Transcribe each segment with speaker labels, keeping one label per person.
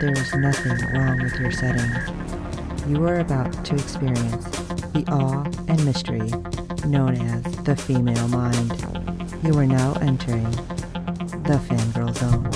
Speaker 1: there is nothing wrong with your settings. You are about to experience the awe and mystery known as the female mind. You are now entering the fangirl zone.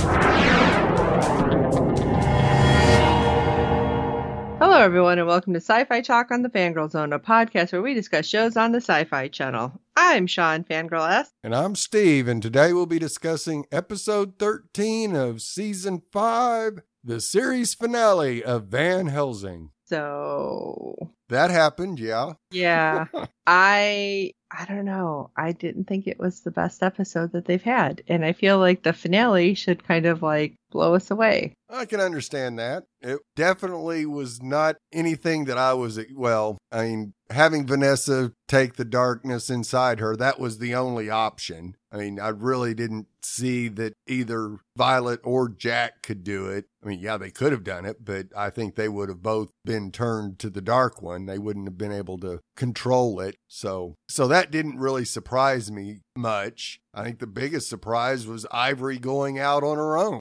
Speaker 2: Hello, everyone, and welcome to Sci Fi Talk on the Fangirl Zone, a podcast where we discuss shows on the Sci Fi Channel. I'm Sean Fangirl S.
Speaker 3: And I'm Steve, and today we'll be discussing episode 13 of season 5, the series finale of Van Helsing.
Speaker 2: So.
Speaker 3: That happened, yeah.
Speaker 2: Yeah. I I don't know. I didn't think it was the best episode that they've had, and I feel like the finale should kind of like blow us away.
Speaker 3: I can understand that. It definitely was not anything that I was well, I mean, having Vanessa take the darkness inside her, that was the only option. I mean, I really didn't see that either Violet or Jack could do it. I mean, yeah, they could have done it, but I think they would have both been turned to the dark one. They wouldn't have been able to control it. So, so that didn't really surprise me much. I think the biggest surprise was Ivory going out on her own.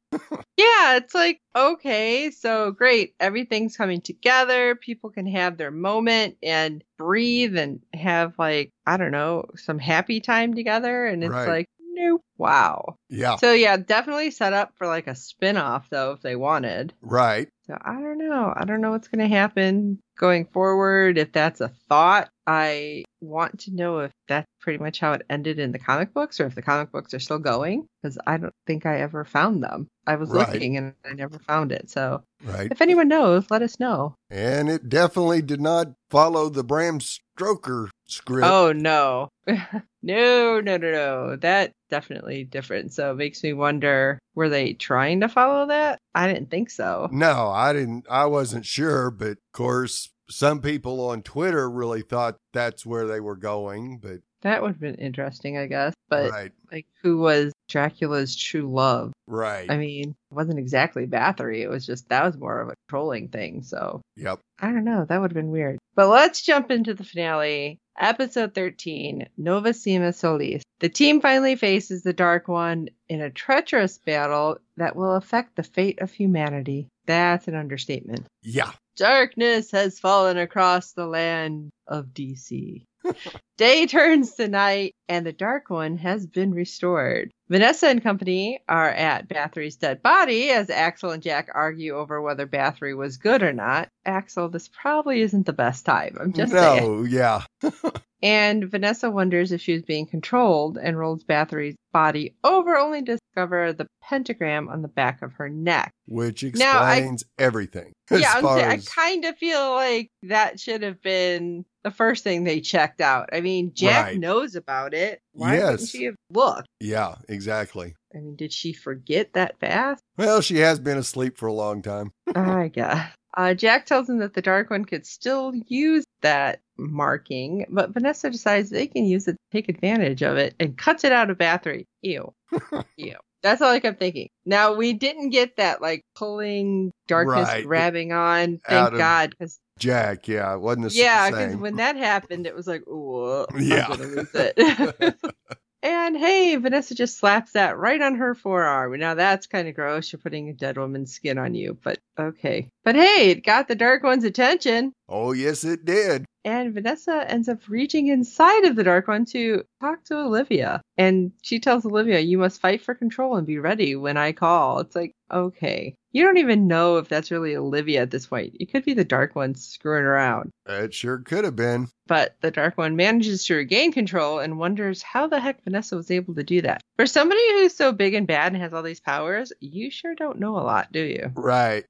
Speaker 2: yeah, it's like, okay, so great. Everything's coming together. People can have their moment and breathe and have, like, I don't know, some happy time together. And it's right. like, nope. Wow.
Speaker 3: Yeah.
Speaker 2: So, yeah, definitely set up for like a spin off, though, if they wanted.
Speaker 3: Right.
Speaker 2: So, I don't know. I don't know what's going to happen going forward. If that's a thought, I want to know if that's pretty much how it ended in the comic books or if the comic books are still going because I don't think I ever found them. I was right. looking and I never found it. So
Speaker 3: right.
Speaker 2: if anyone knows, let us know.
Speaker 3: And it definitely did not follow the Bram Stoker script.
Speaker 2: Oh, no. no, no, no, no. That definitely different. So it makes me wonder were they trying to follow that? I didn't think so.
Speaker 3: No, I didn't. I wasn't sure, but of course, some people on Twitter really thought that's where they were going, but
Speaker 2: that would have been interesting, I guess. But right. like, who was Dracula's true love?
Speaker 3: Right.
Speaker 2: I mean, it wasn't exactly Bathory. It was just that was more of a trolling thing. So.
Speaker 3: Yep.
Speaker 2: I don't know. That would have been weird. But let's jump into the finale. Episode 13, Nova Sima Solis. The team finally faces the Dark One in a treacherous battle that will affect the fate of humanity. That's an understatement.
Speaker 3: Yeah.
Speaker 2: Darkness has fallen across the land of DC. Day turns to night, and the Dark One has been restored. Vanessa and company are at Bathory's dead body as Axel and Jack argue over whether Bathory was good or not. Axel, this probably isn't the best time. I'm just
Speaker 3: no,
Speaker 2: saying.
Speaker 3: yeah.
Speaker 2: and Vanessa wonders if she's being controlled and rolls Bathory's body over, only to discover the pentagram on the back of her neck,
Speaker 3: which explains now, I, everything.
Speaker 2: Yeah, saying, as... I kind of feel like that should have been the first thing they checked out. I mean, Jack right. knows about it. Why yes. wouldn't she have looked?
Speaker 3: Yeah, exactly.
Speaker 2: I mean, did she forget that fast?
Speaker 3: Well, she has been asleep for a long time.
Speaker 2: I guess. Uh, Jack tells him that the Dark One could still use that marking, but Vanessa decides they can use it to take advantage of it and cuts it out of Bathory. Ew. Ew. That's all I kept thinking. Now, we didn't get that, like, pulling darkness, right. grabbing on. Thank of- God, because
Speaker 3: Jack, yeah, it wasn't the
Speaker 2: yeah, because when that happened, it was like, oh, yeah, and hey, Vanessa just slaps that right on her forearm. Now that's kind of gross. You're putting a dead woman's skin on you, but okay. But hey, it got the Dark One's attention.
Speaker 3: Oh yes, it did.
Speaker 2: And Vanessa ends up reaching inside of the Dark One to talk to Olivia, and she tells Olivia, "You must fight for control and be ready when I call." It's like, okay, you don't even know if that's really Olivia at this point. It could be the Dark One screwing around.
Speaker 3: It sure could have been.
Speaker 2: But the Dark One manages to regain control and wonders how the heck Vanessa was able to do that. For somebody who's so big and bad and has all these powers, you sure don't know a lot, do you?
Speaker 3: Right.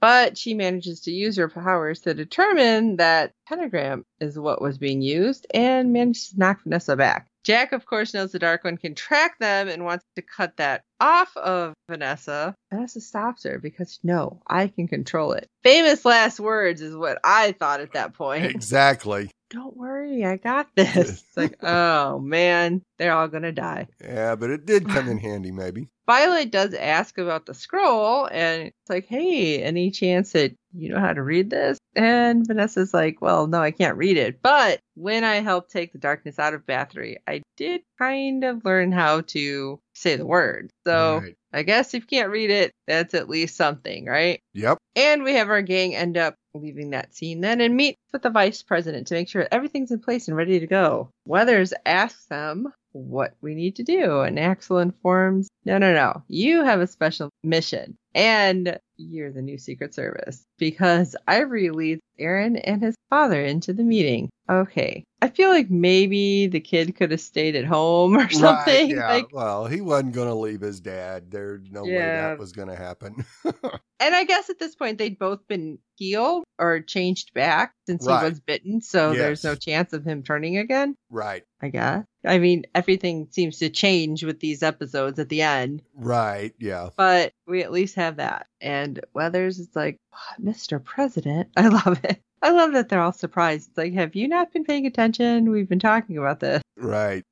Speaker 2: but she manages to use her powers to determine that pentagram is what was being used and manages to knock Vanessa back. Jack, of course, knows the Dark One can track them and wants to cut that off of Vanessa, Vanessa stops her because no, I can control it. Famous last words is what I thought at that point.
Speaker 3: Exactly.
Speaker 2: Don't worry, I got this. It's like, oh man, they're all gonna die.
Speaker 3: Yeah, but it did come in handy, maybe.
Speaker 2: Violet does ask about the scroll, and it's like, hey, any chance that you know how to read this? And Vanessa's like, well, no, I can't read it. But when I helped take the darkness out of Bathory, I did kind of learn how to say the word. So
Speaker 3: Right.
Speaker 2: I guess if you can't read it, that's at least something, right?
Speaker 3: Yep.
Speaker 2: And we have our gang end up leaving that scene then and meet with the vice president to make sure everything's in place and ready to go. Weathers asks them what we need to do, and Axel informs, No, no, no, you have a special mission, and you're the new Secret Service because Ivory leads Aaron and his father into the meeting. Okay. I feel like maybe the kid could have stayed at home or something.
Speaker 3: Right, yeah.
Speaker 2: Like,
Speaker 3: well, he wasn't going to leave his dad. There's no way
Speaker 2: Yeah.
Speaker 3: that was going to happen.
Speaker 2: And I guess at this point they'd both been healed or changed back since
Speaker 3: Right.
Speaker 2: he was bitten, so there's
Speaker 3: Yes.
Speaker 2: no chance of him turning again.
Speaker 3: right.
Speaker 2: I guess. I mean, everything seems to change with these episodes at the end,
Speaker 3: Right. Yeah.
Speaker 2: but we at least have that. And Weathers is like, Mr. President, I love it. I love that they're all surprised. It's like, have you not been paying attention? We've been talking about this.
Speaker 3: Right.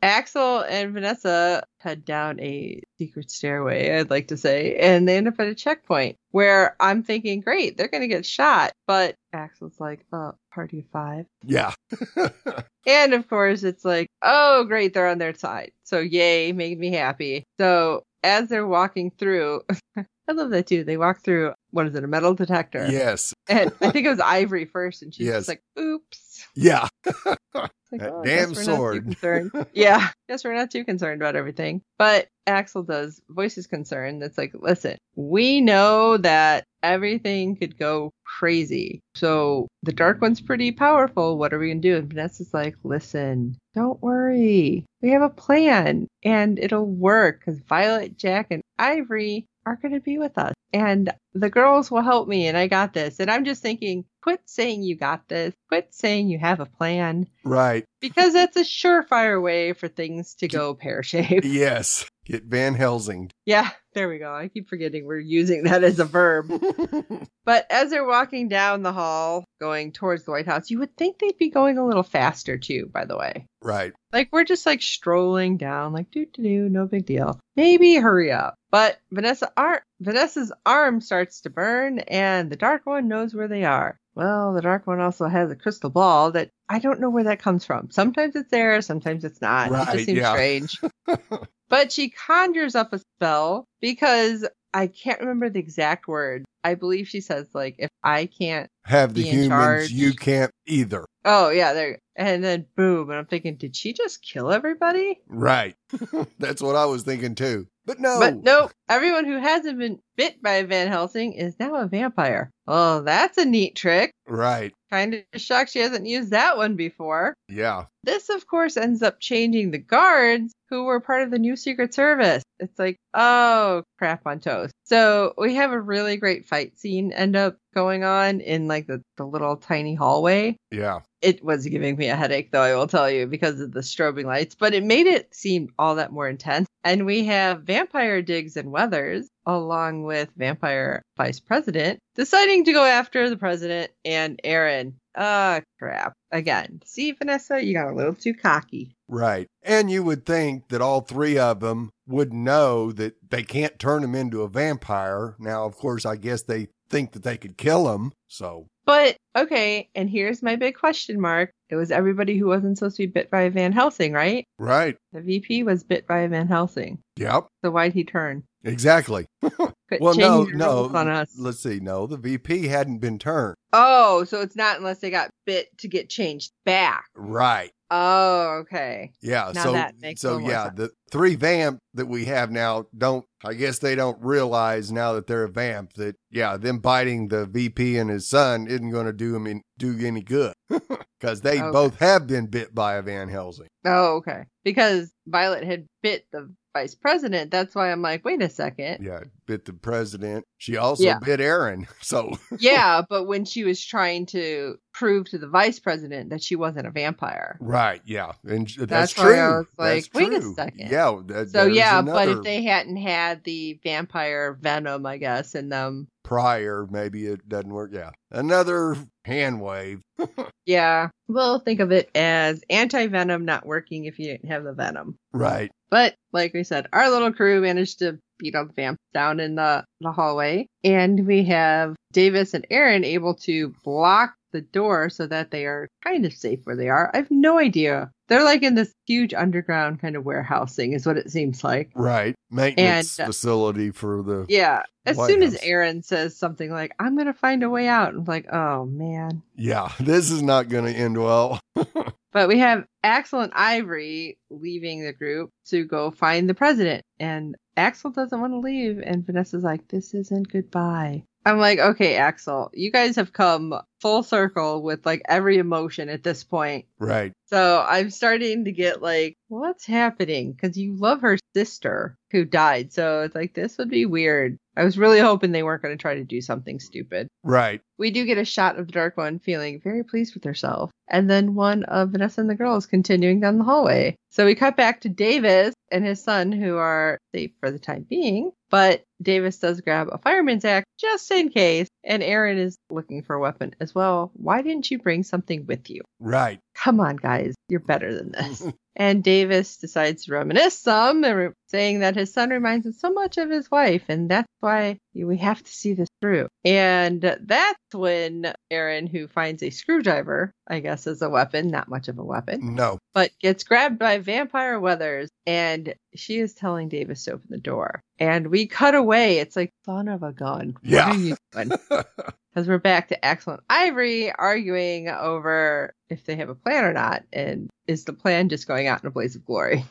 Speaker 2: Axel and Vanessa head down a secret stairway, I'd like to say, and they end up at a checkpoint where I'm thinking, great, they're going to get shot. But Axel's like, uh, party of five.
Speaker 3: Yeah.
Speaker 2: And of course, it's like, oh, great, they're on their side. So, yay, made me happy. So, as they're walking through, I love that too. They walk through, what is it, a metal detector?
Speaker 3: yes.
Speaker 2: And I think it was Ivory first, and she's
Speaker 3: Yes.
Speaker 2: just like, oops.
Speaker 3: Yeah.
Speaker 2: It's "Oh,
Speaker 3: That
Speaker 2: I
Speaker 3: damn
Speaker 2: guess we're not too
Speaker 3: sword.
Speaker 2: concerned. yeah, guess we're not too concerned about everything. But Axel does voice his concern. That's like, listen, we know that everything could go crazy. So the dark one's pretty powerful. What are we gonna do? And Vanessa's like, listen, don't worry, we have a plan, and it'll work because Violet, Jack, and Ivory are gonna be with us, and the girls will help me, and I got this. And I'm just thinking, quit saying you got this. Quit saying you have a plan.
Speaker 3: Right.
Speaker 2: Because that's a surefire way for things to go pear shaped.
Speaker 3: Yes. Get Van Helsing.
Speaker 2: Yeah, there we go. I keep forgetting we're using that as a verb. But as they're walking down the hall going towards the White House, you would think they'd be going a little faster too, by the way.
Speaker 3: Right.
Speaker 2: Like we're just like strolling down, like doo doo doo, no big deal. Maybe hurry up. But Vanessa ar- Vanessa's arm starts to burn, and the Dark One knows where they are. Well, the Dark One also has a crystal ball that I don't know where that comes from. Sometimes it's there, sometimes it's not. it
Speaker 3: Right,
Speaker 2: just seems
Speaker 3: yeah.
Speaker 2: strange. but she conjures up a spell because I can't remember the exact word. I believe she says like, if I can't
Speaker 3: Have the
Speaker 2: Be in
Speaker 3: humans.
Speaker 2: charge.
Speaker 3: You can't either.
Speaker 2: Oh yeah, there. And then boom, and I'm thinking, did she just kill everybody?
Speaker 3: Right. That's what I was thinking too. But no.
Speaker 2: But nope, everyone who hasn't been bit by Van Helsing is now a vampire. Oh, that's a neat trick.
Speaker 3: Right.
Speaker 2: Kind of shocked she hasn't used that one before.
Speaker 3: Yeah.
Speaker 2: This, of course, ends up changing the guards who were part of the new Secret Service. It's like, oh, crap on toast. So we have a really great fight scene end up going on in like the, the little tiny hallway.
Speaker 3: Yeah.
Speaker 2: it was giving me a headache though i will tell you because of the strobing lights but it made it seem all that more intense and we have vampire diggs and weathers along with vampire vice president deciding to go after the president and aaron ah crap again see vanessa you got a little too cocky
Speaker 3: Right. And you would think that all three of them would know that they can't turn him into a vampire. Now, of course, I guess they think that they could kill him. So,
Speaker 2: but okay and here's my big question mark it was everybody who wasn't supposed to be bit by van helsing right
Speaker 3: right.
Speaker 2: the vp was bit by van helsing
Speaker 3: Yep.
Speaker 2: so why'd he turn
Speaker 3: Exactly.
Speaker 2: Quit
Speaker 3: Well, no,
Speaker 2: changing your rules
Speaker 3: no.
Speaker 2: on us.
Speaker 3: Let's see. No, the VP hadn't been turned.
Speaker 2: Oh, so it's not unless they got bit to get changed back.
Speaker 3: Right.
Speaker 2: Oh, okay.
Speaker 3: Yeah.
Speaker 2: Now
Speaker 3: so,
Speaker 2: that makes a
Speaker 3: so
Speaker 2: little more
Speaker 3: yeah,
Speaker 2: sense.
Speaker 3: the three vamp that we have now don't, I guess they don't realize now that they're a vamp that, yeah, them biting the VP and his son isn't going to do him in, do any good because they
Speaker 2: Okay.
Speaker 3: both have been bit by a Van Helsing.
Speaker 2: Oh, okay. Because Violet had bit the vice president. That's why I'm like, wait a second.
Speaker 3: Yeah. bit the president. She also
Speaker 2: Yeah.
Speaker 3: bit Aaron. So
Speaker 2: yeah, but when she was trying to prove to the vice president that she wasn't a vampire.
Speaker 3: right, yeah, and j-
Speaker 2: That's
Speaker 3: that's, true.
Speaker 2: why I was like,
Speaker 3: That's
Speaker 2: wait a
Speaker 3: true.
Speaker 2: second.
Speaker 3: Yeah. That,
Speaker 2: So
Speaker 3: there's
Speaker 2: yeah, but
Speaker 3: another
Speaker 2: if they hadn't had the vampire venom, I guess, in them,
Speaker 3: prior, maybe it doesn't work. Yeah, another hand wave.
Speaker 2: yeah, we'll think of it as anti venom not working if you didn't have the venom.
Speaker 3: Right.
Speaker 2: But like we said, our little crew managed to beat up Vamp down in the, the hallway. And we have Davis and Aaron able to block the door so that they are kind of safe where they are. I have no idea. They're like in this huge underground kind of warehouse thing, is what it seems like.
Speaker 3: Right. Maintenance
Speaker 2: And, uh,
Speaker 3: facility for the
Speaker 2: Yeah. As
Speaker 3: White
Speaker 2: soon as
Speaker 3: House.
Speaker 2: Aaron says something like, I'm going to find a way out, I'm like, oh man.
Speaker 3: Yeah, this is not going to end well.
Speaker 2: But we have Axel and Ivory leaving the group to go find the president. And Axel doesn't want to leave. And Vanessa's like, this isn't goodbye. I'm like, okay, Axel, you guys have come full circle with like every emotion at this point.
Speaker 3: Right.
Speaker 2: So I'm starting to get like, what's happening? Because you love her sister who died. So it's like, this would be weird. I was really hoping they weren't going to try to do something stupid.
Speaker 3: Right.
Speaker 2: We do get a shot of the Dark One feeling very pleased with herself, and then one of Vanessa and the girls continuing down the hallway. So we cut back to Davis and his son, who are safe for the time being, but Davis does grab a fireman's axe just in case, and Aaron is looking for a weapon as well. Why didn't you bring something with you?
Speaker 3: Right.
Speaker 2: Come on, guys, you're better than this. And Davis decides to reminisce some, and re- saying that his son reminds him so much of his wife, and that's why we have to see this through. And that's when Aaron, who finds a screwdriver, I guess, as a weapon, not much of a weapon,
Speaker 3: No.
Speaker 2: but gets grabbed by Vampire Weathers, and she is telling Davis to open the door. And we cut away. It's like, son of a gun.
Speaker 3: Yeah.
Speaker 2: What are you doing? Because we're back to Excellent Ivory arguing over if they have a plan or not. And is the plan just going out in a blaze of glory?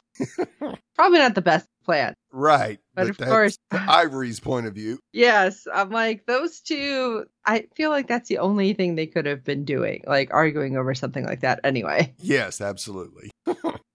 Speaker 2: Probably not the best plan.
Speaker 3: Right.
Speaker 2: But, of
Speaker 3: that's
Speaker 2: course,
Speaker 3: Ivory's point of view.
Speaker 2: yes, I'm like, those two, I feel like that's the only thing they could have been doing, like arguing over something like that anyway.
Speaker 3: Yes, absolutely.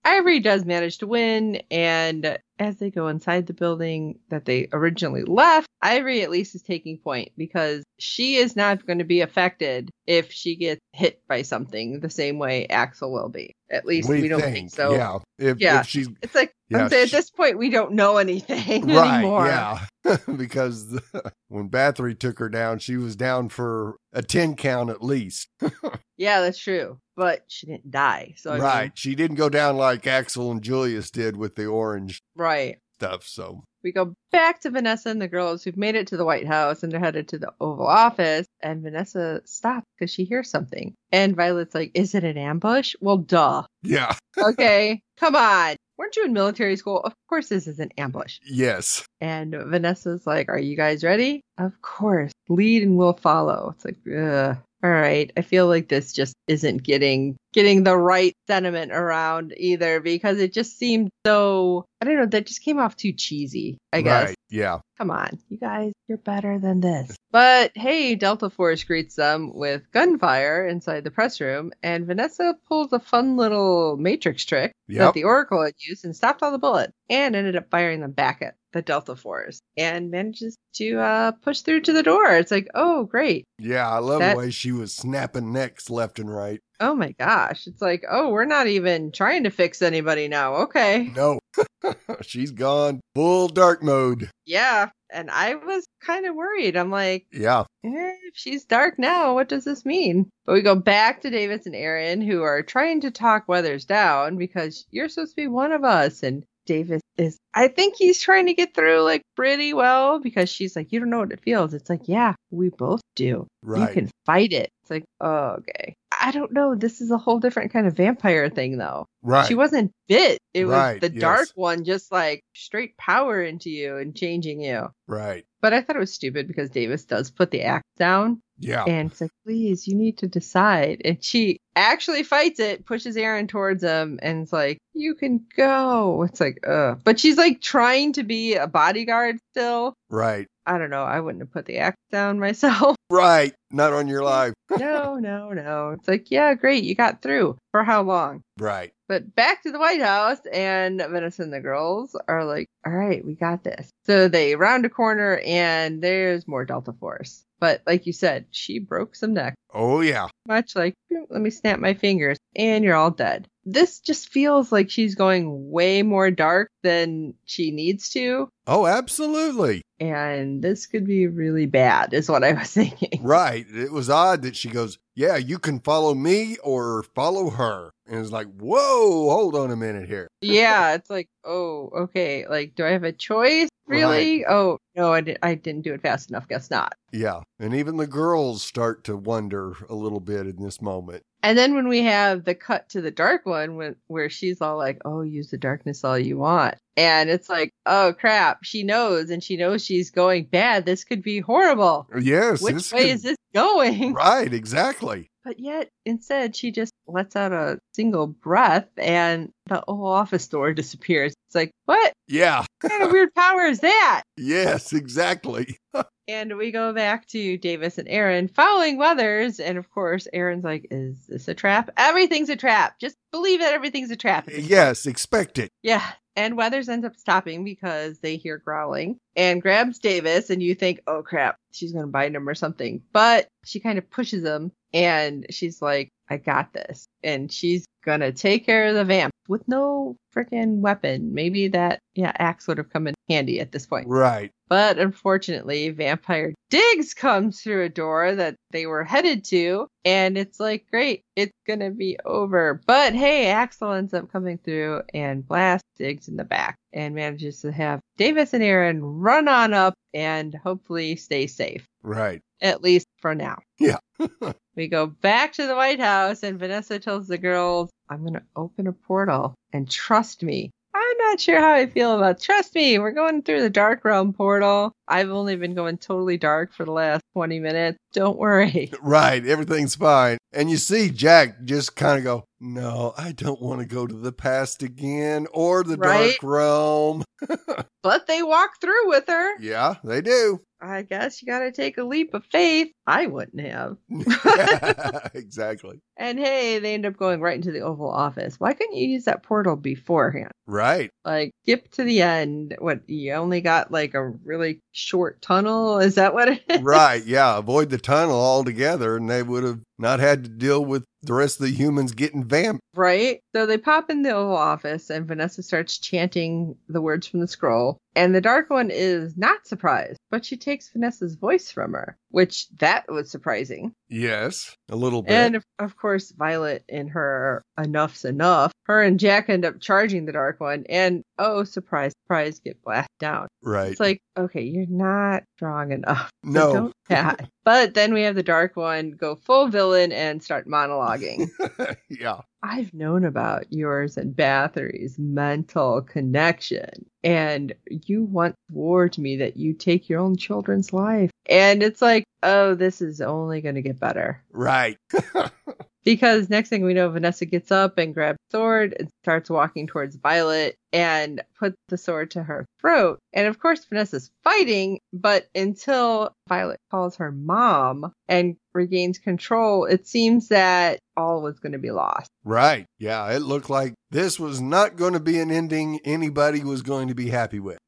Speaker 2: Ivory does manage to win, and as they go inside the building that they originally left, Ivory at least is taking point because she is not going to be affected if she gets hit by something the same way Axel will be. At least we, don't think, so.
Speaker 3: Yeah. If,
Speaker 2: Yeah.
Speaker 3: if she's
Speaker 2: It's like
Speaker 3: Yeah,
Speaker 2: I'm saying
Speaker 3: sh-
Speaker 2: at this point we don't know anything
Speaker 3: right.
Speaker 2: anymore.
Speaker 3: Yeah. because the- when Bathory took her down, she was down for a 10 count at least.
Speaker 2: Yeah, that's true. But she didn't die, so I mean,
Speaker 3: right. She didn't go down like Axel and Julius did with the orange
Speaker 2: right.
Speaker 3: stuff. So,
Speaker 2: We go back to Vanessa and the girls who've made it to the White House and they're headed to the Oval Office. And Vanessa stops because she hears something. And Violet's like, Is it an ambush? Well, duh.
Speaker 3: yeah.
Speaker 2: Okay, come on. Weren't you in military school? Of course, this is an ambush.
Speaker 3: Yes.
Speaker 2: And Vanessa's like, Are you guys ready? Of course. Lead and we'll follow. It's like, Ugh. All right. I feel like this just isn't getting getting the right sentiment around either because it just seemed so I don't know, that just came off too cheesy, I guess
Speaker 3: Right. Yeah.
Speaker 2: come on, you guys, you're better than this. But hey, Delta Force greets them with gunfire inside the press room, and Vanessa pulls a fun little matrix trick that
Speaker 3: Yep.
Speaker 2: the Oracle had used and stopped all the bullets and ended up firing them back at the Delta Force and manages to uh, push through to the door. It's like, oh, great.
Speaker 3: Yeah. I love
Speaker 2: That-
Speaker 3: the way she was snapping necks left and right.
Speaker 2: Oh my gosh. It's like, oh, we're not even trying to fix anybody now. Okay.
Speaker 3: No. She's gone full dark mode.
Speaker 2: Yeah. And I was kind of worried. I'm like,
Speaker 3: Yeah.
Speaker 2: Eh, if she's dark now, what does this mean? But we go back to Davis and Aaron, who are trying to talk Weathers down because you're supposed to be one of us. And Davis is, I think he's trying to get through like pretty well because she's like, you don't know what it feels. It's like, yeah, we both do. You
Speaker 3: Right.
Speaker 2: can fight it. It's like, oh, okay. I don't know. This is a whole different kind of vampire thing, though.
Speaker 3: right.
Speaker 2: She wasn't bit. It
Speaker 3: Right,
Speaker 2: was the
Speaker 3: yes.
Speaker 2: dark one, just like straight power into you and changing you.
Speaker 3: right.
Speaker 2: But I thought it was stupid because Davis does put the axe down
Speaker 3: Yeah.
Speaker 2: and it's like, please, you need to decide. And she actually fights it, pushes Aaron towards him, and it's like, you can go. It's like, ugh. But she's like trying to be a bodyguard still.
Speaker 3: right.
Speaker 2: I don't know. I wouldn't have put the axe down myself.
Speaker 3: Right. Not on your life.
Speaker 2: no, no, no. It's like, yeah, great. You got through. For how long?
Speaker 3: Right.
Speaker 2: But back to the White House, and Vanessa and the girls are like, all right, we got this. So they round a corner, and there's more Delta Force. But like you said, she broke some neck,
Speaker 3: Oh, yeah.
Speaker 2: much like, let me snap my fingers, and you're all dead. This just feels like she's going way more dark than she needs to.
Speaker 3: Oh, absolutely.
Speaker 2: And this could be really bad, is what I was thinking.
Speaker 3: Right. It was odd that she goes, Yeah, you can follow me or follow her. And it's like, Whoa, hold on a minute here.
Speaker 2: yeah, it's like, oh, okay. Like, do I have a choice? Really? Oh, no, I, di- I didn't do it fast enough. Guess not.
Speaker 3: Yeah. And even the girls start to wonder a little bit in this moment.
Speaker 2: And then when we have the cut to the dark one, when, where she's all like, oh, use the darkness all you want. And it's like, oh, crap. She knows, and she knows she's going bad. This could be horrible.
Speaker 3: Yes.
Speaker 2: Which way
Speaker 3: could-
Speaker 2: is this going?
Speaker 3: Right. Exactly.
Speaker 2: But yet, instead, she just lets out a single breath, and the whole office door disappears. It's like, what
Speaker 3: Yeah.
Speaker 2: kind of weird power is that?
Speaker 3: Yes. Exactly.
Speaker 2: And we go back to Davis and Aaron following Weathers. And of course, Aaron's like, Is this a trap? Everything's a trap. Just believe that everything's a trap.
Speaker 3: Yes. Expect it.
Speaker 2: Yeah. And Weathers ends up stopping because they hear growling and grabs Davis. And you think, Oh crap, she's going to bite him or something. But she kind of pushes him and she's like, I got this. And she's going to take care of the vamp with no freaking weapon. Maybe that, yeah, axe would have come in handy at this point.
Speaker 3: Right.
Speaker 2: But unfortunately, Vampire Diggs comes through a door that they were headed to, and it's like, great, it's gonna be over. But hey, Axel ends up coming through and blasts Diggs in the back and manages to have Davis and Aaron run on up and hopefully stay safe,
Speaker 3: Right.
Speaker 2: at least for now.
Speaker 3: Yeah.
Speaker 2: we go back to the White House, and Vanessa tells the girls, I'm gonna open a portal, and trust me, I'm not sure how I feel about. Trust me, we're going through the dark realm portal. I've only been going totally dark for the last 20 minutes. Don't worry.
Speaker 3: Right. Everything's fine. And you see Jack just kind of go, No, I don't want to go to the past again or the
Speaker 2: Right?
Speaker 3: dark realm.
Speaker 2: But they walk through with her.
Speaker 3: Yeah, they do.
Speaker 2: I guess you got to take a leap of faith. I wouldn't have.
Speaker 3: exactly.
Speaker 2: And hey, they end up going right into the Oval Office. Why couldn't you use that portal beforehand?
Speaker 3: Right.
Speaker 2: Like, skip to the end. What, you only got like a really short tunnel? Is that what it is?
Speaker 3: Right. Yeah. Avoid the tunnel altogether, and they would have not had to deal with the rest of the humans getting vamped.
Speaker 2: Right? So they pop in the Oval Office and Vanessa starts chanting the words from the scroll. And the Dark One is not surprised, but she takes Vanessa's voice from her, which that was surprising.
Speaker 3: Yes. A little bit.
Speaker 2: And of, of course, Violet and her enough's enough. Her and Jack end up charging the Dark One and, oh, surprise, surprise, get blasted down.
Speaker 3: right.
Speaker 2: It's like, okay, you're not strong enough. So
Speaker 3: no.
Speaker 2: don't pat. But then we have the Dark One go full villain and start monologuing.
Speaker 3: yeah.
Speaker 2: I've known about yours and Bathory's mental connection, and you once swore to me that you take your own children's life. And it's like, oh, this is only going to get better.
Speaker 3: Right.
Speaker 2: Because next thing we know, Vanessa gets up and grabs the sword and starts walking towards Violet and puts the sword to her throat. And of course, Vanessa's fighting, but until Violet calls her mom and regains control, it seems that all was going to be lost.
Speaker 3: Right. Yeah. It looked like this was not going to be an ending anybody was going to be happy with.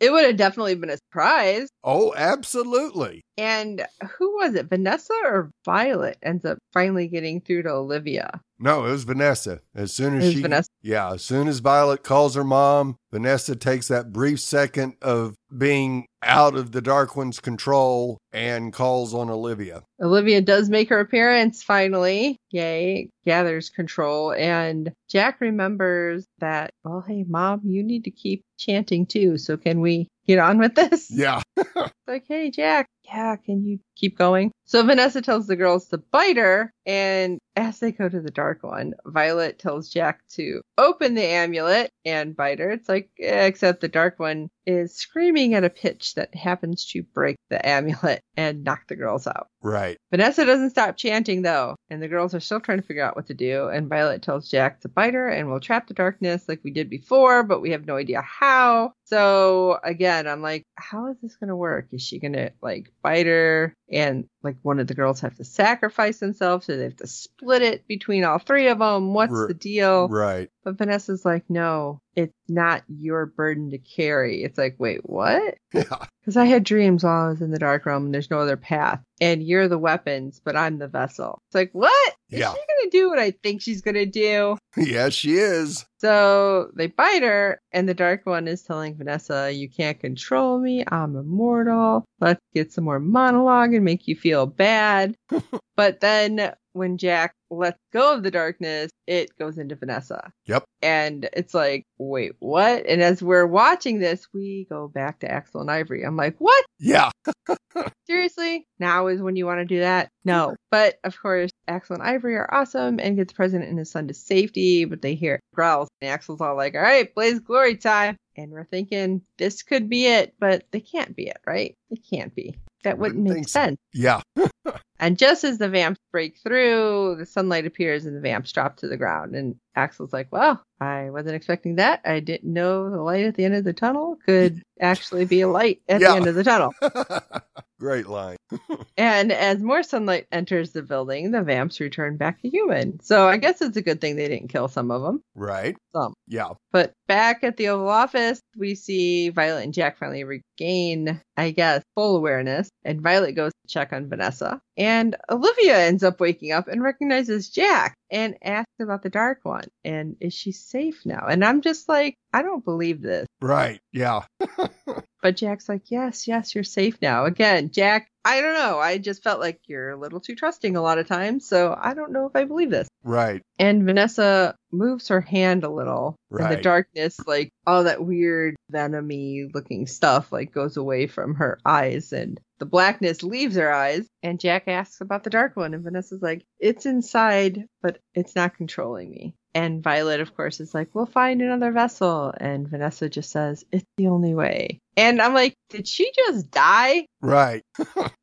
Speaker 2: it would have definitely been a surprise.
Speaker 3: Oh, absolutely.
Speaker 2: And who was it? Vanessa or Violet ends up finally getting through to Olivia.
Speaker 3: No, it was Vanessa. As soon
Speaker 2: It
Speaker 3: as
Speaker 2: was
Speaker 3: she,
Speaker 2: Vanessa.
Speaker 3: yeah, as soon as Violet calls her mom, Vanessa takes that brief second of being out of the Dark One's control and calls on Olivia.
Speaker 2: Olivia does make her appearance finally. Yay, gathers control. And Jack remembers that, well, hey, mom, you need to keep chanting too. So can we get on with this?
Speaker 3: Yeah.
Speaker 2: It's like, hey, Jack, yeah, can you keep going? So Vanessa tells the girls to bite her, and as they go to the dark one, Violet tells Jack to open the amulet and bite her. It's like, eh, except the dark one is screaming at a pitch that happens to break the amulet and knock the girls out.
Speaker 3: Right.
Speaker 2: Vanessa doesn't stop chanting though, and the girls are still trying to figure out what to do. And Violet tells Jack to bite her, and we'll trap the darkness like we did before, but we have no idea how. So again, I'm like, how is this gonna work? Is she gonna like bite her, and like one of the girls have to sacrifice themselves, so they have to split it between all three of them? What's
Speaker 3: Right.
Speaker 2: the deal?
Speaker 3: Right.
Speaker 2: But Vanessa's like, no, it's not your burden to carry. It's like, wait, what?
Speaker 3: Yeah.
Speaker 2: Because I had dreams while I was in the dark realm and there's no other path. And you're the weapons, but I'm the vessel. It's like, what? Is
Speaker 3: Yeah.
Speaker 2: she going to do what I think she's going to do?
Speaker 3: Yes, she is.
Speaker 2: So they bite her, and the Dark One is telling Vanessa, You can't control me. I'm immortal. Let's get some more monologue and make you feel bad. but then when Jack lets go of the darkness, it goes into Vanessa.
Speaker 3: Yep.
Speaker 2: And it's like, Wait, what? And as we're watching this, we go back to Axel and Ivory. I'm like, What?
Speaker 3: Yeah.
Speaker 2: seriously, now is when you want to do that? No. But of course, Axel and Ivory are awesome and get the president and his son to safety, but they hear growls and Axel's all like, all right, blaze glory time. And we're thinking this could be it, but they can't be it, right? It can't be. That wouldn't,
Speaker 3: Wouldn't
Speaker 2: make
Speaker 3: think so.
Speaker 2: sense.
Speaker 3: Yeah.
Speaker 2: And just as the vamps break through, the sunlight appears and the vamps drop to the ground. And Axel's like, Well, I wasn't expecting that. I didn't know the light at the end of the tunnel could actually be a light at
Speaker 3: Yeah.
Speaker 2: the end of the tunnel.
Speaker 3: Great line.
Speaker 2: And as more sunlight enters the building, the vamps return back to human. So I guess it's a good thing they didn't kill some of them.
Speaker 3: Right.
Speaker 2: Some.
Speaker 3: Yeah.
Speaker 2: But back at the Oval Office, we see Violet and Jack finally regain, I guess, full awareness. And Violet goes to check on Vanessa. And Olivia ends up waking up and recognizes Jack and asks about the Dark One. And is she safe now? And I'm just like, I don't believe this.
Speaker 3: Right. Yeah.
Speaker 2: But Jack's like, yes, yes, you're safe now. Again, Jack, I don't know. I just felt like you're a little too trusting a lot of times. So I don't know if I believe this.
Speaker 3: Right.
Speaker 2: And Vanessa moves her hand a little. And the
Speaker 3: Right.
Speaker 2: darkness, like all that weird venomy looking stuff, like goes away from her eyes and the blackness leaves her eyes. And Jack asks about the dark one. And Vanessa's like, it's inside, but it's not controlling me. And Violet, of course, is like, we'll find another vessel. And Vanessa just says, it's the only way. And I'm like, did she just die?
Speaker 3: Right.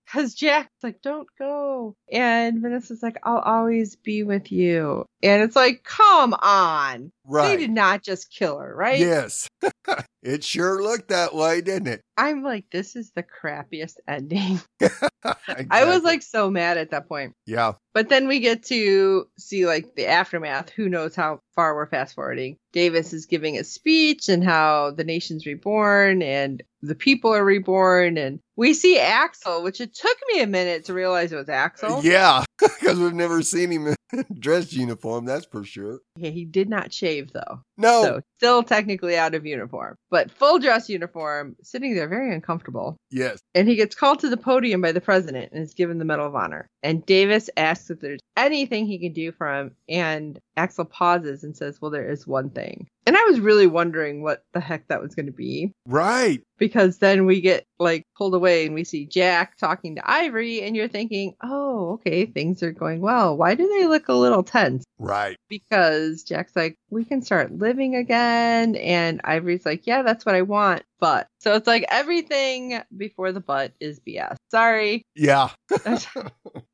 Speaker 2: Because Jack's like, don't go. And Vanessa's like, I'll always be with you. And it's like, come on. They
Speaker 3: Right.
Speaker 2: did not just kill her, right?
Speaker 3: Yes. it sure looked that way, didn't it?
Speaker 2: I'm like, this is the crappiest ending. I was
Speaker 3: Exactly.
Speaker 2: like so mad at that point.
Speaker 3: yeah.
Speaker 2: But then we get to see like the aftermath. Who knows how far we're fast forwarding? Davis is giving a speech and how the nation's reborn and the people are reborn. And we see Axel, which it took me a minute to realize it was Axel.
Speaker 3: Yeah. Because we've never seen him in dress uniform, that's for sure.
Speaker 2: Yeah, he did not shave though.
Speaker 3: No.
Speaker 2: So still technically out of uniform, but full dress uniform, sitting there very uncomfortable.
Speaker 3: Yes.
Speaker 2: And he gets called to the podium by the president and is given the Medal of Honor. And Davis asks if there's anything he can do for him. And Axel pauses and says, Well, there is one thing. And I was really wondering what the heck that was going to be
Speaker 3: Right.
Speaker 2: because then we get like pulled away and we see Jack talking to Ivory. And you're thinking, Oh, okay, things are going well. Why do they look a little tense?
Speaker 3: Right.
Speaker 2: because Jack's like, we can start living again. And Ivory's like, yeah, that's what I want. But so it's like everything before the but is BS. Sorry.
Speaker 3: Yeah.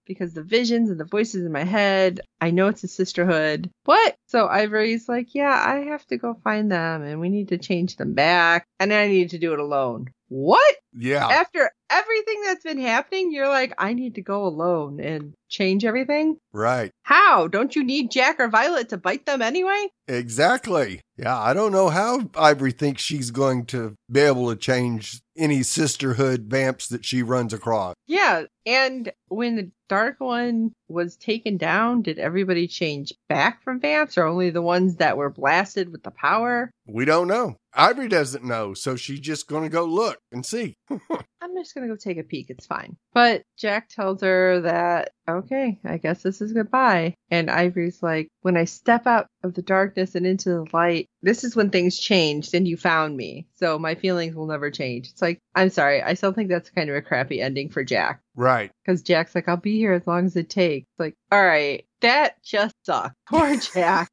Speaker 2: because the visions and the voices in my head, I know it's a sisterhood. What? So Ivory's like, yeah, I have to go find them and we need to change them back. And I need to do it alone. What?
Speaker 3: Yeah.
Speaker 2: After everything that's been happening, you're like, I need to go alone and change everything?
Speaker 3: Right.
Speaker 2: How? Don't you need Jack or Violet to bite them anyway?
Speaker 3: Exactly. Yeah. I don't know how Ivory thinks she's going to be able to change any sisterhood vamps that she runs across.
Speaker 2: Yeah, and when the Dark One was taken down, did everybody change back from vamps, or only the ones that were blasted with the power?
Speaker 3: We don't know. Ivory doesn't know, so she's just going to go look and see.
Speaker 2: I'm just gonna go take a peek. It's fine. But Jack tells her that, okay, I guess this is goodbye. And Ivory's like, when I step out of the darkness and into the light, this is when things changed and you found me. So my feelings will never change. It's like, I'm sorry. I still think that's kind of a crappy ending for Jack.
Speaker 3: Right.
Speaker 2: Because Jack's like, I'll be here as long as it takes. Like, all right, that just sucked. Poor Jack.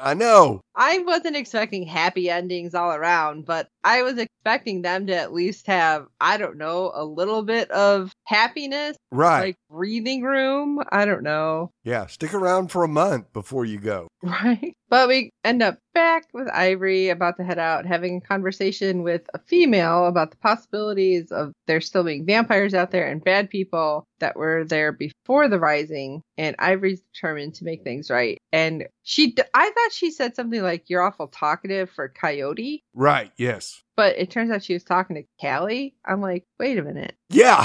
Speaker 3: I know.
Speaker 2: I wasn't expecting happy endings all around, but I was expecting them to at least have, I don't know, a little bit of happiness,
Speaker 3: Right.
Speaker 2: like breathing room. I don't know.
Speaker 3: yeah. Stick around for a month before you go.
Speaker 2: Right. But we end up back with Ivory about to head out, having a conversation with a female about the possibilities of there still being vampires out there and bad people that were there before the rising. And Ivory's determined to make things right. And she, d- I thought she said something like, You're awful talkative for Coyote.
Speaker 3: Right. Yes.
Speaker 2: But it turns out she was talking to Callie. I'm like, Wait a minute.
Speaker 3: Yeah.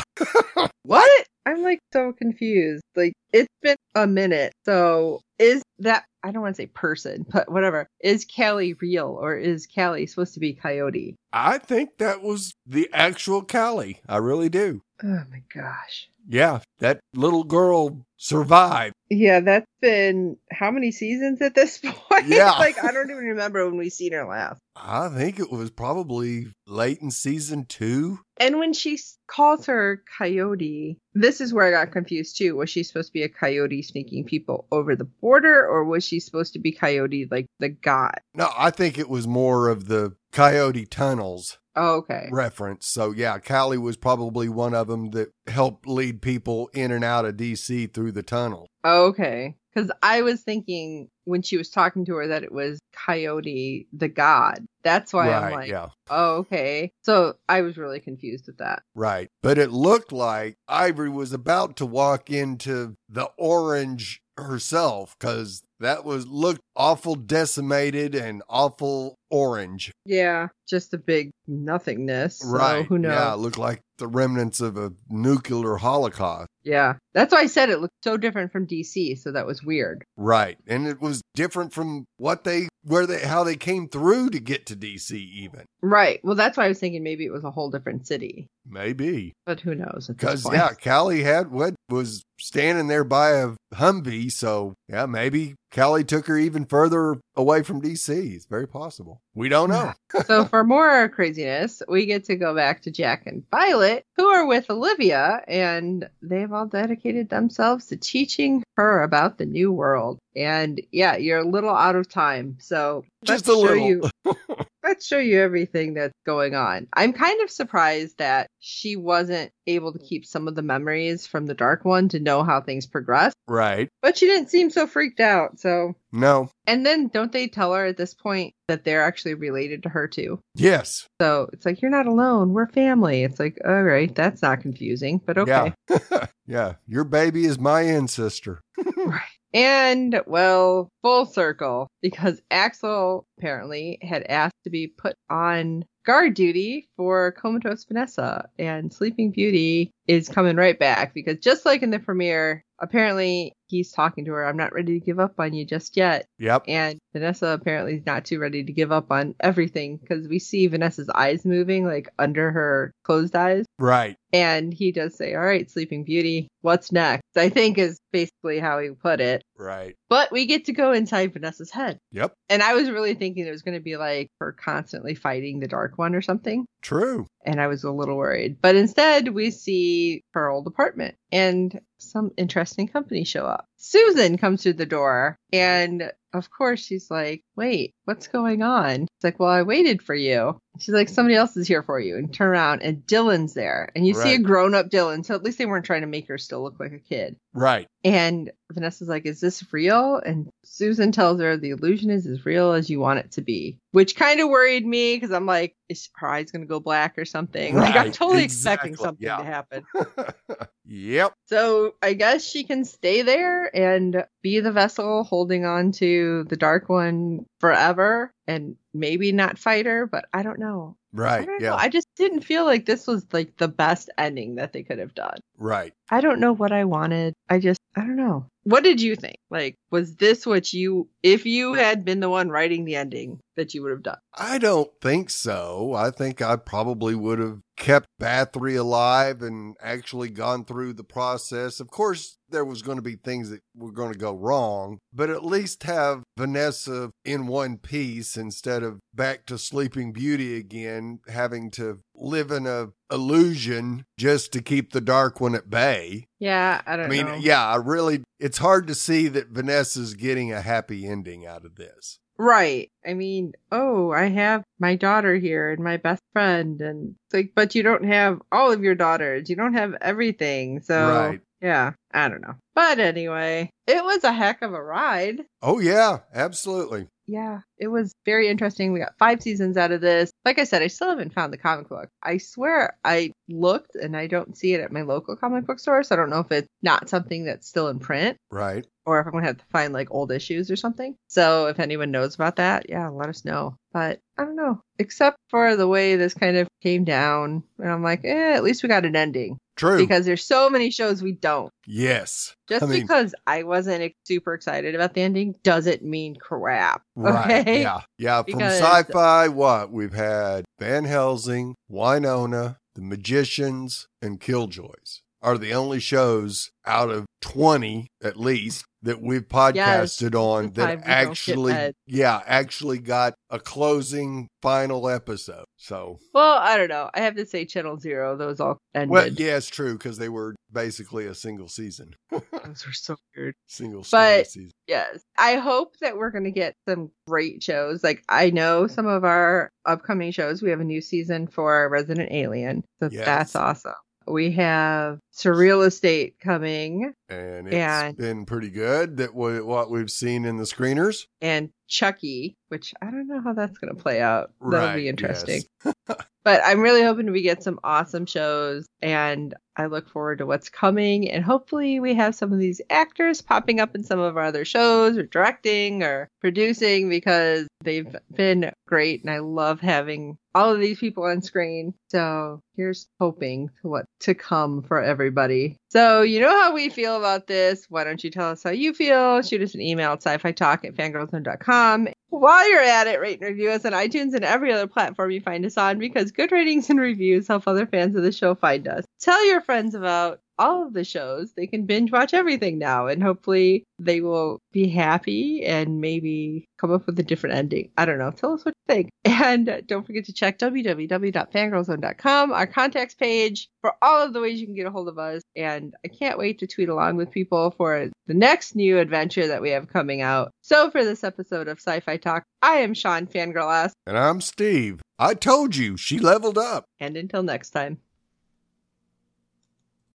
Speaker 2: What? I'm like so confused. Like it's been a minute. So is that I don't want to say person, but whatever. Is Callie real or is Callie supposed to be Coyote?
Speaker 3: I think that was the actual Callie. I really do.
Speaker 2: Oh my gosh.
Speaker 3: Yeah. That little girl survived.
Speaker 2: Yeah, that's been how many seasons at this point?
Speaker 3: Yeah.
Speaker 2: like I don't even remember when we seen her last.
Speaker 3: I think it was probably late in season two.
Speaker 2: And when she s- calls her coyote, this is where I got confused too. Was she supposed to be a coyote sneaking people over the border, or was she supposed to be coyote like the god?
Speaker 3: No, I think it was more of the Coyote Tunnels
Speaker 2: Oh, okay.
Speaker 3: reference. So, yeah, Callie was probably one of them that helped lead people in and out of DC through the tunnel.
Speaker 2: Okay. Because I was thinking when she was talking to her that it was Coyote the God. That's why
Speaker 3: right,
Speaker 2: I'm like,
Speaker 3: yeah,
Speaker 2: oh, okay. So I was really confused with that.
Speaker 3: right. But it looked like Ivory was about to walk into the orange herself because that was looked awful decimated and awful orange.
Speaker 2: Yeah. Just a big nothingness. So
Speaker 3: right.
Speaker 2: Who knows?
Speaker 3: Yeah,
Speaker 2: Yeah.
Speaker 3: it looked like the remnants of a nuclear holocaust.
Speaker 2: That's why I said it looked so different from DC. So that was weird.
Speaker 3: Right. And it was different from what they where they how they came through to get to DC even.
Speaker 2: Right. Well, that's why I was thinking maybe it was a whole different city.
Speaker 3: Maybe.
Speaker 2: But who knows? at this
Speaker 3: Cuz
Speaker 2: point.
Speaker 3: yeah, Callie had what was standing there by a Humvee, so yeah, maybe Callie took her even further away from DC. It's very possible. We don't know.
Speaker 2: so for more craziness, we get to go back to Jack and Violet, who are with Olivia, and they've all dedicated themselves to teaching her about the new world. And yeah, you're a little out of time, so
Speaker 3: Just
Speaker 2: let's
Speaker 3: a
Speaker 2: show
Speaker 3: little.
Speaker 2: you- let's show you everything that's going on. I'm kind of surprised that she wasn't able to keep some of the memories from the Dark One to know how things progress,
Speaker 3: Right.
Speaker 2: but she didn't seem so freaked out. So.
Speaker 3: No.
Speaker 2: And then don't they tell her at this point that they're actually related to her too?
Speaker 3: Yes.
Speaker 2: So it's like, you're not alone. We're family. It's like, all right, that's not confusing, but okay.
Speaker 3: Yeah. yeah. Your baby is my ancestor.
Speaker 2: And well, full circle because Axel apparently had asked to be put on guard duty for comatose Vanessa, and Sleeping Beauty is coming right back because just like in the premiere, apparently he's talking to her. I'm not ready to give up on you just yet,
Speaker 3: Yep.
Speaker 2: and Vanessa apparently is not too ready to give up on everything because we see Vanessa's eyes moving like under her closed eyes.
Speaker 3: Right.
Speaker 2: And he does say, All right, Sleeping Beauty, what's next? I think is basically how he put it.
Speaker 3: Right.
Speaker 2: But we get to go inside Vanessa's head.
Speaker 3: Yep.
Speaker 2: And I was really thinking it was going to be like her constantly fighting the Dark One or something.
Speaker 3: True.
Speaker 2: And I was a little worried. But instead, we see her old apartment and some interesting company show up. Susan comes through the door. And of course, she's like, Wait, what's going on? It's like, Well, I waited for you. She's like, Somebody else is here for you. And turn around, and Dylan's there. And you see a
Speaker 3: Right.
Speaker 2: grown up Dylan. So at least they weren't trying to make her still look like a kid.
Speaker 3: Right.
Speaker 2: And Vanessa's like, Is this real? And Susan tells her the illusion is as real as you want it to be, which kind of worried me because I'm like, Is her eyes going to go black or something? Like, I'm
Speaker 3: Right,
Speaker 2: totally expecting
Speaker 3: exactly,
Speaker 2: something
Speaker 3: yeah.
Speaker 2: to happen.
Speaker 3: yep.
Speaker 2: So I guess she can stay there and be the vessel holding on to the Dark One forever and maybe not fight her, but I don't know. I
Speaker 3: Right.
Speaker 2: don't know.
Speaker 3: Yeah.
Speaker 2: I just didn't feel like this was like the best ending that they could have done.
Speaker 3: Right.
Speaker 2: I don't know what I wanted. I just, I don't know. What did you think? Like, was this what you, if you had been the one writing the ending, that you would have done?
Speaker 3: I don't think so. I think I probably would have kept Bathory alive and actually gone through the process. Of course, there was going to be things that were going to go wrong, but at least have Vanessa in one piece instead of back to Sleeping Beauty again, having to live in a illusion just to keep the dark one at bay.
Speaker 2: Yeah, I don't
Speaker 3: I mean,
Speaker 2: know.
Speaker 3: yeah, I really it's hard to see that Vanessa's getting a happy ending out of this.
Speaker 2: Right. I mean, oh, I have my daughter here and my best friend and it's like but you don't have all of your daughters. You don't have everything. So
Speaker 3: Right.
Speaker 2: yeah, I don't know. But anyway, it was a heck of a ride.
Speaker 3: Oh yeah, absolutely.
Speaker 2: Yeah, it was very interesting. We got five seasons out of this. Like I said, I still haven't found the comic book. I swear I looked and I don't see it at my local comic book store, so I don't know if it's not something that's still in print
Speaker 3: Right.
Speaker 2: or if I'm gonna have to find like old issues or something. So if anyone knows about that, yeah, let us know. But I don't know, except for the way this kind of came down, and I'm like, eh, at least we got an ending
Speaker 3: True.
Speaker 2: because there's so many shows we don't.
Speaker 3: yes.
Speaker 2: Just
Speaker 3: I mean-
Speaker 2: because I wasn't ex- super excited about the ending doesn't mean crap.
Speaker 3: Right.
Speaker 2: Okay.
Speaker 3: Yeah. Yeah. From
Speaker 2: Because-
Speaker 3: sci-fi, what we've had Van Helsing, Winona, The Magicians, and Killjoys are the only shows out of twenty at least that we've podcasted on
Speaker 2: the five
Speaker 3: that
Speaker 2: we don't get
Speaker 3: actually,
Speaker 2: fed.
Speaker 3: yeah, actually got a closing final episode. So,
Speaker 2: Well, I don't know. I have to say, Channel Zero, those all ended.
Speaker 3: well, yeah, it's true because they were basically a single season,
Speaker 2: Those were so weird.
Speaker 3: single story
Speaker 2: But-
Speaker 3: season.
Speaker 2: Yes. I hope that we're going to get some great shows. Like, I know some of our upcoming shows, we have a new season for Resident Alien. So
Speaker 3: Yes.
Speaker 2: that's awesome. We have Surreal Estate coming
Speaker 3: And it's
Speaker 2: And-
Speaker 3: been pretty good that we, what we've seen in the screeners.
Speaker 2: and Chucky, which I don't know how that's going to play out. That'll
Speaker 3: Right,
Speaker 2: be interesting.
Speaker 3: yes.
Speaker 2: But I'm really hoping we get some awesome shows and I look forward to what's coming and hopefully we have some of these actors popping up in some of our other shows or directing or producing because they've been great and I love having all of these people on screen. So here's hoping to what to come for everybody. So you know how we feel about this. Why don't you tell us how you feel? Shoot us an email at sci-fi talk at fangirlzone.com while you're at it, rate and review us on iTunes and every other platform you find us on because good ratings and reviews help other fans of the show find us. Tell your friends about all of the shows. They can binge watch everything now, and hopefully they will be happy and maybe come up with a different ending. I don't know. Tell us what you think. And uh, don't forget to check www.fangirlzone.com, our contacts page, for all of the ways you can get a hold of us. And I can't wait to tweet along with people for the next new adventure that we have coming out. So for this episode of Sci Fi Talk, I am Sean Fangirl S.
Speaker 3: And I'm Steve. I told you she leveled up.
Speaker 2: And until next time.